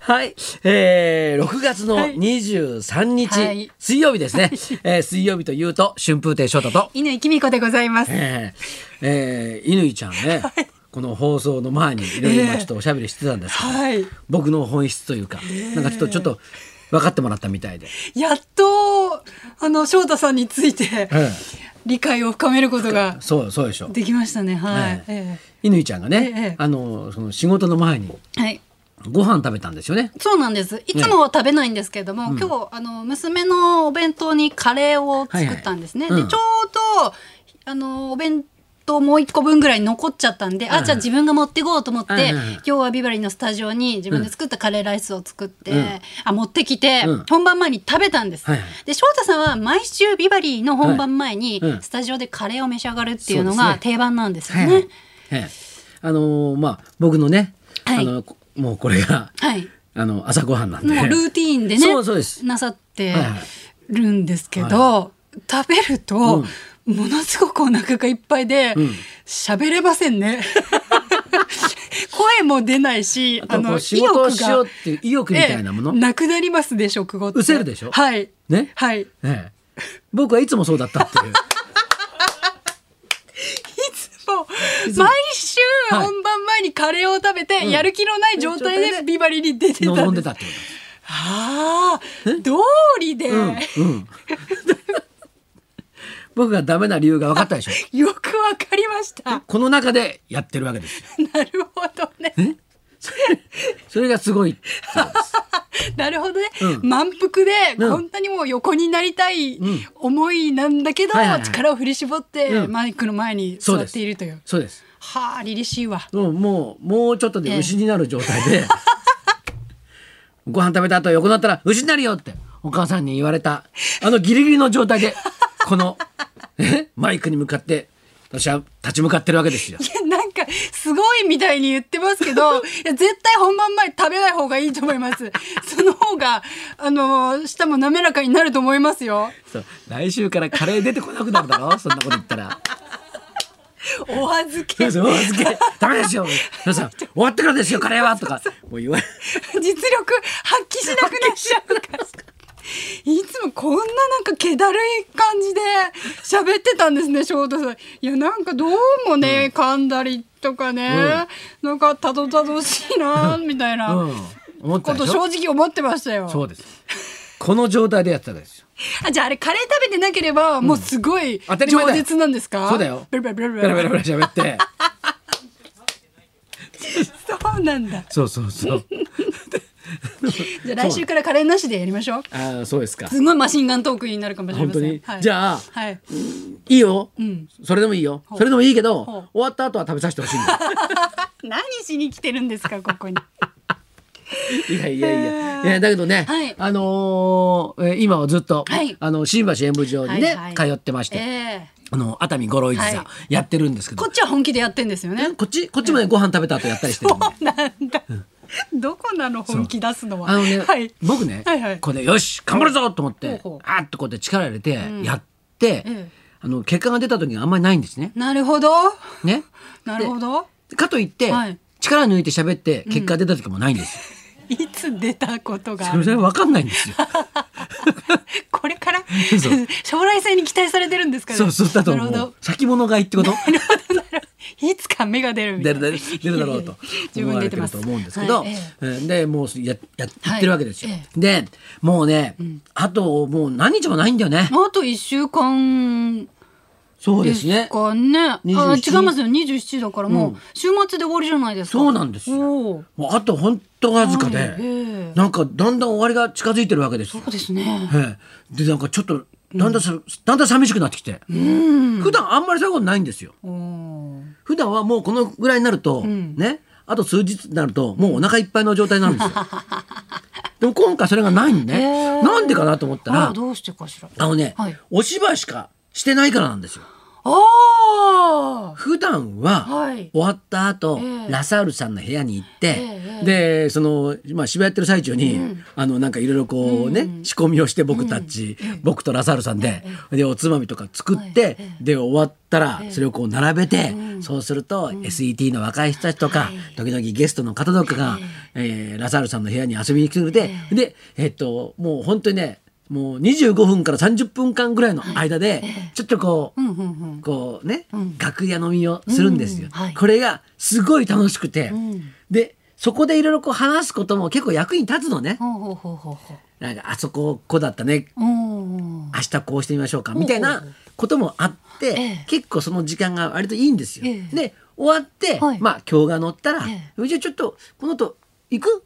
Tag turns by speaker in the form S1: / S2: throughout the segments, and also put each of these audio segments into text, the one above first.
S1: はい、えー、6月の
S2: はい
S1: 23日、
S2: はい
S1: 水曜日ですね、えー、水曜日というと春風亭昇太と、
S2: 犬井きみこでございます。
S1: えーえー、乾ちゃんね、この放送の前にいろいろ今ちょっとおしゃべりしてたんですけど、
S2: はい。
S1: 僕の本質というか、なんかちょっとちょっと分かってもらったみたいで、
S2: やっと、あの、翔太さんについて、理解を深めることが
S1: そうそうでしょ
S2: できましたね。は
S1: はい
S2: い。え
S1: 乾ちゃんがね、
S2: ええ
S1: あのその仕事の前に
S2: えはい。
S1: ご飯食べたんですよね
S2: そうなんです。いつもは食べないんですけれども、今日、あの、娘のお弁当にカレーを作ったんですね。
S1: はいはいうん
S2: で、ちょうど、あの、お弁当もう一個分ぐらい残っちゃったんで、
S1: はいは
S2: あ、
S1: い
S2: じゃあ自分が持っていこうと思って、
S1: はいはいはい
S2: 今日はビバリーのスタジオに自分で作ったカレーライスを作って、
S1: うん
S2: あ、持ってきて、
S1: うん
S2: 本番前に食べたんです。
S1: はいはい
S2: で、翔太さんは毎週ビバリーの本番前に
S1: はいうん、
S2: スタジオでカレーを召し上がるっていうの
S1: そうです
S2: が
S1: ね
S2: 定番なんですよ
S1: はい
S2: ね。
S1: ええあのーまあ僕のね、
S2: はい
S1: あのこもうこれが
S2: はい。
S1: あの朝ごはんなんで
S2: もうルーティーンでね、
S1: そうそうです
S2: なさって
S1: はいはい
S2: るんですけど、食べると、ものすごくお腹がいっぱいで
S1: ん
S2: 喋、れませ んね。声も出ないし、
S1: あとこう仕事をしようっていう意欲みたいなもの
S2: ええなくなりますでしょ、食後って。
S1: 失せるでしょ
S2: はい。
S1: ね
S2: はい。い
S1: ええ僕はいつもそうだった っていう
S2: つも、毎週
S1: はい
S2: 本番前にカレーを食べて、
S1: ん
S2: やる気のない状態
S1: 状態
S2: でビバリに出てたんです。
S1: 望んでたってことです
S2: ああ、道理で、
S1: うんうん僕がダメな理由が分かったでしょ
S2: よくわかりました。
S1: この中でやってるわけですよ
S2: なるほどね。
S1: それがすごいってことです
S2: なるほどね。
S1: うん
S2: 満腹で、
S1: うん
S2: こんなにもう横になりたい
S1: ん
S2: 思いなんだけど、
S1: はいはいはい
S2: 力を振り絞って、
S1: うん
S2: マイクの前に
S1: そう
S2: 座
S1: で
S2: っ
S1: す
S2: ているという。
S1: そうです
S2: はあ、凛々しいわ。
S1: もうもうもうちょっとで
S2: ええ
S1: 牛になる状態で、ご飯食べた後横になったら牛になるよってお母さんに言われたあのギリギリの状態でこのえマイクに向かって私は立ち向かってるわけですよ。
S2: なんか、すごいみたいに言ってます けど、いや絶対本番前食べない方がいいと思います。その方が、あのー舌も滑らかになると思いますよ。
S1: そう来週からカレー出てこなくなるだろそんなこと言ったら。
S2: お預
S1: そ
S2: け。
S1: う
S2: 実
S1: そうお預けダメですよ皆さん終わってからですよカレーはとかもう言わ
S2: 力発揮しなくなっちゃうから。いつもこんななんか気だるい感じで喋ってたんですね、翔太さん。いや、なんかどうもね、噛んだりとかね、なんかたどたどしいな、みたいな
S1: うん思った
S2: こ
S1: で
S2: と
S1: し
S2: 正
S1: ょ
S2: 直思ってましたよ。
S1: そうですこの状態でやってたんですよ
S2: あ、じゃああれカレー食べてなければ、もうすごい
S1: 当たり前だ
S2: 饒
S1: よ
S2: 舌なんですか
S1: そうだよ
S2: ブルブルブルブ
S1: ベ
S2: ル
S1: ラベラベラ喋って
S2: そうなんだ。
S1: そうそうそう
S2: じゃあ来週からカレーなしでやりましょう。
S1: ああそうですか
S2: すごいマシンガントークになるかもしれませ
S1: 本
S2: ん。
S1: 当に
S2: はい
S1: じゃあ
S2: はい。
S1: いいよ、
S2: ん
S1: それでもいいよそれでもいいけど
S2: ほう
S1: 終わった後は食べさせてほしい んだ
S2: 何しに来てるんですか、ここに。
S1: いやいやいやいやだけどね、
S2: はい
S1: あのーえー今はずっと、
S2: はい
S1: あの新橋演舞場にね、
S2: はい
S1: 通
S2: はい
S1: ってまして、
S2: ええ
S1: あの熱海五郎一座、
S2: はい
S1: やってるんですけど
S2: こっちは本気でやってんですよね。
S1: こっちこっちもね、ご飯食べた後やったりしてるんで
S2: なんだ。どこなの本気出すのは。
S1: あのね、
S2: はい。
S1: 僕ね、
S2: はいはい
S1: これでよし頑張るぞと思っ
S2: ほう
S1: て
S2: ほう
S1: あーっとこうやって力入れてやって、
S2: ええ
S1: あの結果が出た時があんまりないんですね。
S2: なるほど。
S1: ね
S2: なるほど。
S1: かといって、
S2: はい
S1: 力抜いて喋って結果出た時もないんです。
S2: いつ出たことがあ
S1: それ
S2: る。
S1: じゃ分かんないんですよ。
S2: これから
S1: そう
S2: 将来性に期待されてるんですから。
S1: そうそうだと
S2: なる
S1: 思
S2: ほど
S1: う。。先物買いってこと
S2: なるほどなるほどいつか芽が出るみた
S1: 出る出
S2: いな。
S1: る出るだろ うと
S2: 自
S1: 思
S2: 分
S1: われて
S2: 出て
S1: る
S2: ます
S1: と思うんですけど、
S2: はいええ
S1: えーでもうやややってるわけですよ。
S2: はいえ
S1: でもうね、あともう何日もないんだよね。
S2: あと一週間
S1: そうで
S2: ですす
S1: ね。
S2: かね。あ、違い
S1: 27
S2: ますよ。二十七だからもう週末で終わりじゃないですか。
S1: そうなんですよ。
S2: お
S1: も
S2: ー
S1: うあと本当わずか
S2: はいえ
S1: で
S2: え、
S1: なんかだんだん終わりが近づいてるわけですよ
S2: そ。うですね。
S1: ええでなんかちょっとだんだんさだんだん寂しくなってきて、普段あんまりそういうことないんですよ。
S2: おお。
S1: 普段はもうこのぐらいになると、ねあと数日になるともうお腹いっぱいの状態なんですよ でも今回それがないんで、
S2: へえ
S1: なんでかなと思った
S2: あ
S1: ら
S2: らどうしてかしら。
S1: あのね、
S2: はい
S1: お芝居しかしてないからなんですよ
S2: ああ。
S1: 普段は、
S2: はい
S1: 終わった後、
S2: ええ
S1: ラサールさんの部屋に行って、
S2: え
S1: でその、まあ、渋谷やってる最中に、あのなんかいろいろこうね、仕込みをして僕たち、僕とラサールさんで,、でおつまみとか作って、で終わったらそれをこう並べて、そうすると、SET の若い人たちとか、時々ゲストの方とかが、えーラサールさんの部屋に遊びに来てくれて、でえっともう本当にねもう25分から30分間ぐらいの間で、ちょっとこう、こうね、楽屋飲みをするんですよ。
S3: うんはい
S1: これがすごい楽しくて、でそこでいろいろこう話すことも結構役に立つのね。
S3: ほうほうほうほうほう
S1: なんかあそここうだったね
S3: うん
S1: 明日こうしてみましょうかみたいなこともあって、
S3: ええ
S1: 結構その時間が割といいんですよ。
S3: ええ
S1: で終わって、
S3: はい
S1: まあ今日が乗ったら、
S3: え
S1: じゃあちょっとこの後行く、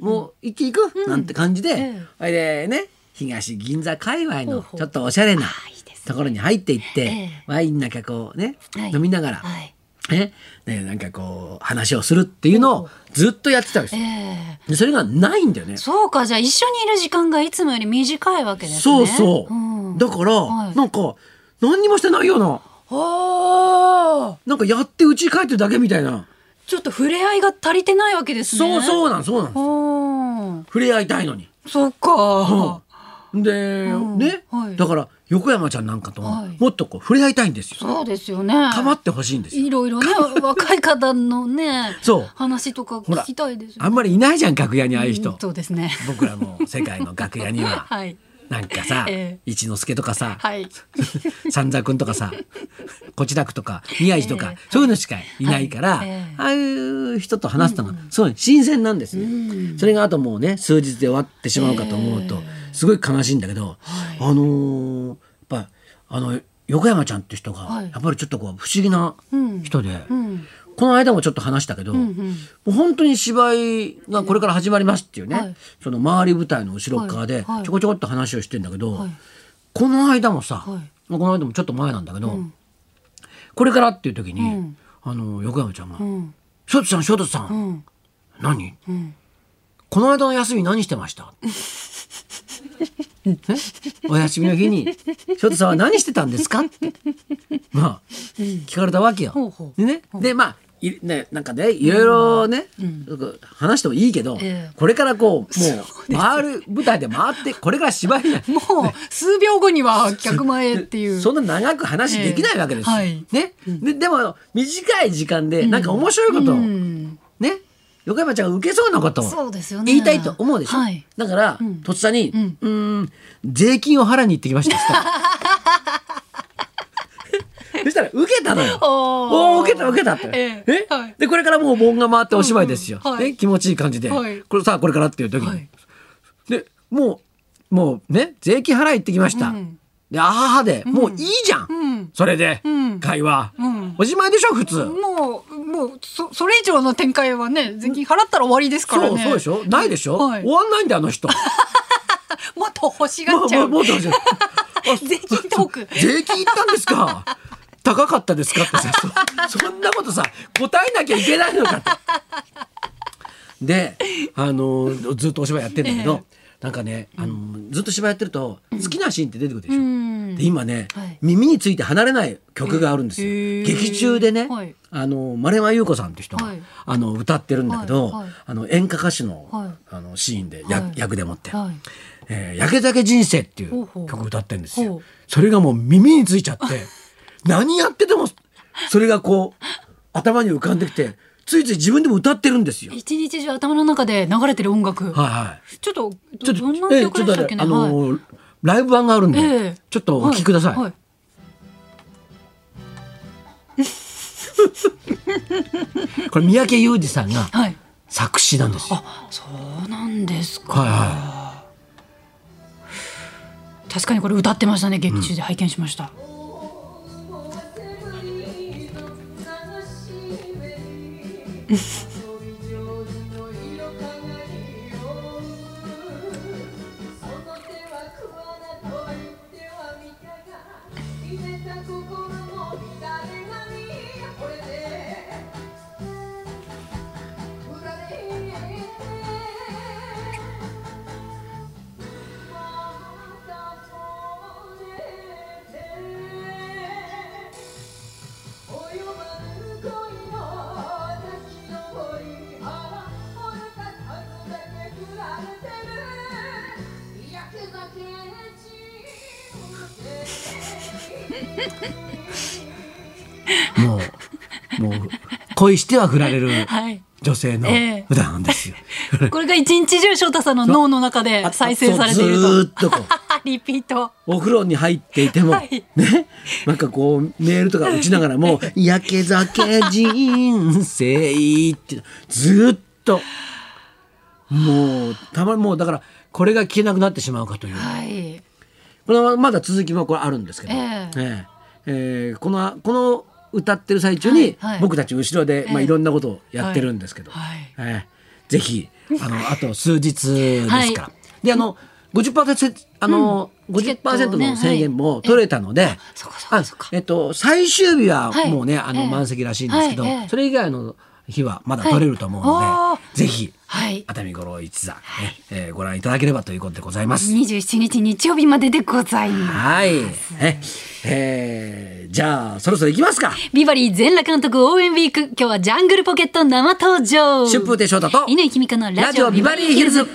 S1: もう行き行く、なんて感じで、
S3: ええ
S1: あれでね東銀座界隈
S3: ほう
S1: の
S3: ほう
S1: ちょっとおしゃれな
S3: あいいですね
S1: ところに入っていって、
S3: ええ
S1: ワインなんかこうね、
S3: はい
S1: 飲みながら、
S3: はい
S1: ねねなんかこう話をするっていうのをずっとやってたんです
S3: え
S1: よ。
S3: え
S1: でそれがないんだよね。
S3: そうかじゃあ一緒にいる時間がいつもより短いわけですね
S1: そうそう。
S3: ん、
S1: だから、
S3: はい
S1: なんか何にもしてないような。
S2: はあ
S1: なんかやってうち帰ってるだけみたいな。
S3: ちょっと触れ合いが足りてないわけですね
S1: そう
S3: う
S1: そうなんそうなん。
S3: ん
S1: 触れ合いたいのに。
S2: そっか
S1: で、
S3: うん
S1: ね、
S3: はい
S1: だから横山ちゃんなんかとは
S3: はい
S1: もっとこう触れ合いたいんですよ。
S3: そうですよね
S1: かまってほしいんですよ。
S3: いろいろね若い方のね
S1: そう
S3: 話とか聞きたいですよ
S1: あんまりいないじゃん楽屋にああいう
S3: う
S1: 人
S3: ん。そうですね
S1: 僕らも世界の楽屋には。
S3: はい
S1: なんかさ、
S3: え
S1: 一之輔とかさ、
S3: はい
S1: 三座君と かさ、こちらくとか、宮石とか、
S3: ええ
S1: そういうのしかいないから、
S3: はいええ
S1: ああいう人と話すのが、すごい新鮮なんですね、それがあともうね、数日で終わってしまうかと思うと、すごい悲しいんだけど、あのーやっぱ、あの、横山ちゃんって人が、
S3: はい
S1: やっぱりちょっとこう、不思議な人で、
S3: うん
S1: この間もちょっと話したけど、もう本当に芝居がこれから始まりますっていうね、
S3: はい
S1: その周り舞台の後ろっ側
S3: は
S1: で
S3: いはい
S1: ちょこちょこっと話をしてんだけど、
S3: い
S1: この間もさ、
S3: はい
S1: まあこの間もちょっと前なんだけど、これからっていう時に、
S3: うん
S1: あの横山ちゃんが
S3: うん
S1: 「ショートさんショートさん、
S3: うん
S1: 何
S3: うん
S1: この間の休み何してました? え」お休みの日に「ショートさんは何してたんですか?」ってまあ聞かれたわけよ。
S3: ほうほう
S1: でねでまあいね、なんかねいろいろね、なんか話してもいいけど、
S3: ええ
S1: これからこうもう回る舞台で回ってこれから芝居や
S2: もう数秒後には客前へっていう
S1: そんな長く話できないわけですよ。
S2: ええはい
S1: ね、ででも短い時間でなんか面白いことを、
S2: うん
S1: ね横山ちゃんが受けそうなこと
S3: そう
S1: を
S3: ですよね
S1: 言いたいと思うでしょ。
S3: はい
S1: だから、とっさに、うん、ん税金を払いに行ってきました って。そしたら受けたのよ。お
S2: おー
S1: お受けた受けたって。
S2: え
S1: え
S2: えはい
S1: でこれからもう盆が回ってお芝居ですよ。
S2: うんうんはい
S1: ね気持ちいい感じで、
S2: はい
S1: これさあこれからっていう時に、
S2: はい
S1: でもうもうね税金払い行ってきました。であははで、もういいじゃん、
S2: ん
S1: それで、
S2: ん
S1: 会話、
S2: ん
S1: おしまいでしょ普通、
S2: もうもうそそれ以上の展開はね税金払ったら終わりですから
S1: そう
S2: ね
S1: そうでしょないでしょ、
S2: はい
S1: 終わんないんだよあの人
S2: もっと欲しがっちゃう
S1: もうもうも うどうしようあ
S2: 税金トーク
S1: 税金いったんですか高かったですかってさそ そんなことさ答えなきゃいけないのかと。で、あのずっとお芝居やってんだけど、なんかね、あのずっと芝居やってると好きなシーンって出てくるでしょ。
S3: ん
S1: で今ね、
S3: はい
S1: 耳について離れない曲があるんですよ。
S2: えー
S1: 劇中でね、
S3: はい
S1: あの丸山優子さんって人が、
S3: はい
S1: あの歌ってるんだけど、
S3: はいはい
S1: あの演歌歌手の、
S3: はい
S1: あのシーンで、や
S3: はい
S1: 役でもって。
S3: はい
S1: えー、焼け酒人生ってい
S3: ほう
S1: う
S3: ほう
S1: 曲歌ってるんです
S3: ほ
S1: よ
S3: う。
S1: それがもう耳についちゃって、何やってても、それがこう、頭に浮かんできて、ついつい自分でも歌ってるんですよ。
S3: 一日中頭の中で流れてる音楽、
S1: はいは
S3: ちょっと
S1: い。ち
S3: ど
S1: ょっ
S3: どんな
S1: と、えーち
S3: 曲
S1: ょっ
S3: でしたっけ
S1: と、
S3: ね、
S1: あ
S3: はい
S1: のー、ライブ版があるん
S3: え
S1: で
S3: え、
S1: ちょっとお聞きください。
S3: はいはい
S1: これ、三宅裕二さんが
S3: はい
S1: 作詞なんですよ。
S3: あそうなんですか、
S1: はいは
S3: 確かにこれ歌ってましたね劇中で拝見しました、
S4: 及ばぬ恋の滝の
S1: もう、もう、恋して は振られる
S2: はい
S1: 女性の
S2: ええ
S1: 歌なんですよ。
S2: これが一日中翔太さんの脳の中で 再生されている
S1: そうずー
S2: と
S1: っとこ う
S2: リピート
S1: お風呂に入っていても、
S2: はい
S1: ね、なんかこうメールとか打ちながら も「やけ酒人生」ってずーっともうたまにもうだからこれが聞けなくなってしまうかという
S2: はい
S1: これはまだ続きもこれあるんですけど、
S2: ええ
S1: ええええこのこの歌ってる最中に
S2: はいはい
S1: 僕たち後ろで、まあ、
S2: ええ
S1: いろんなことをやってるんですけど、
S2: はい
S1: ええぜひあのあと数日ですから。
S2: はい
S1: であの50%あの、50%の制限も取れたので、
S2: そっかそっ
S1: あ
S2: かそっか
S1: えっと最終日は
S2: はい
S1: もうね、あ
S2: え
S1: の
S2: え
S1: 満席らしいんですけど、
S2: はいええ
S1: それ以外の日はまだ取れると思うので、
S2: はいあー
S1: ぜひ
S2: はい
S1: 熱海五郎一座、ねえーご覧いただければということでございます。
S2: 27日日曜日まででございます
S1: はい。え、えーじゃあ、そろそろ行きますか。
S2: ビバリー全裸監督応援ウィーク今日はジャングルポケット生登場
S1: 春風亭昇太と、
S2: 犬井君香のラ
S1: ラ
S2: ジ
S1: ジ
S2: オ
S1: オ
S2: ビ
S1: ビ
S2: バ
S1: バ
S2: リ
S1: リ
S2: ー
S1: ー
S2: ヒ
S1: ヒ
S2: ル
S1: ル
S2: ズ
S1: ズ。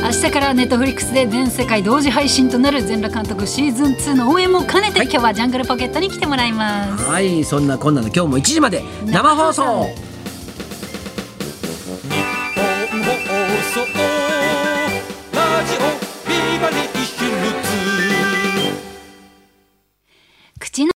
S2: 明日からネットフリックスで全世界同時配信となる全裸監督シーズン2の応援も兼ねて、
S1: はい
S2: 今日はジャングルポケットに来てもらいます
S1: はい、そんなこんなの今日も1時まで生
S2: 生
S1: 放
S2: 放送
S1: 送。
S5: 放送